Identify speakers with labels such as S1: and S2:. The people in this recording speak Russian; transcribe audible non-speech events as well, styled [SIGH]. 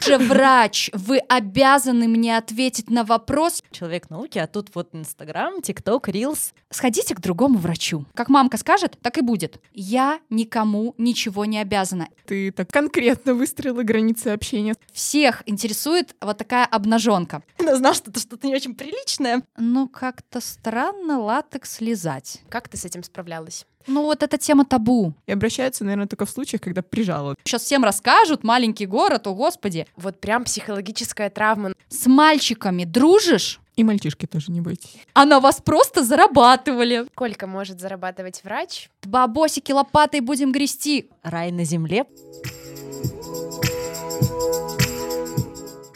S1: же врач, вы обязаны мне ответить на вопрос.
S2: Человек науки, а тут вот Инстаграм, ТикТок, Рилс. [LAUGHS]
S1: Сходите к другому врачу. Как мамка скажет, так и будет. Я никому ничего не обязана.
S3: Ты так конкретно выстроила границы общения.
S1: Всех интересует вот такая обнаженка.
S2: Я знал, что это что-то не очень приличное.
S1: Ну, как-то странно латекс лизать.
S4: Как ты с этим справлялась?
S1: Ну, вот эта тема табу.
S3: И обращаются, наверное, только в случаях, когда прижало.
S1: Сейчас всем расскажут, маленький город, о господи.
S4: Вот прям психологическая травма.
S1: С мальчиками дружишь?
S3: И мальчишки тоже не бойтесь.
S1: А на вас просто зарабатывали.
S4: Сколько может зарабатывать врач?
S1: Бабосики лопатой будем грести.
S2: Рай на земле.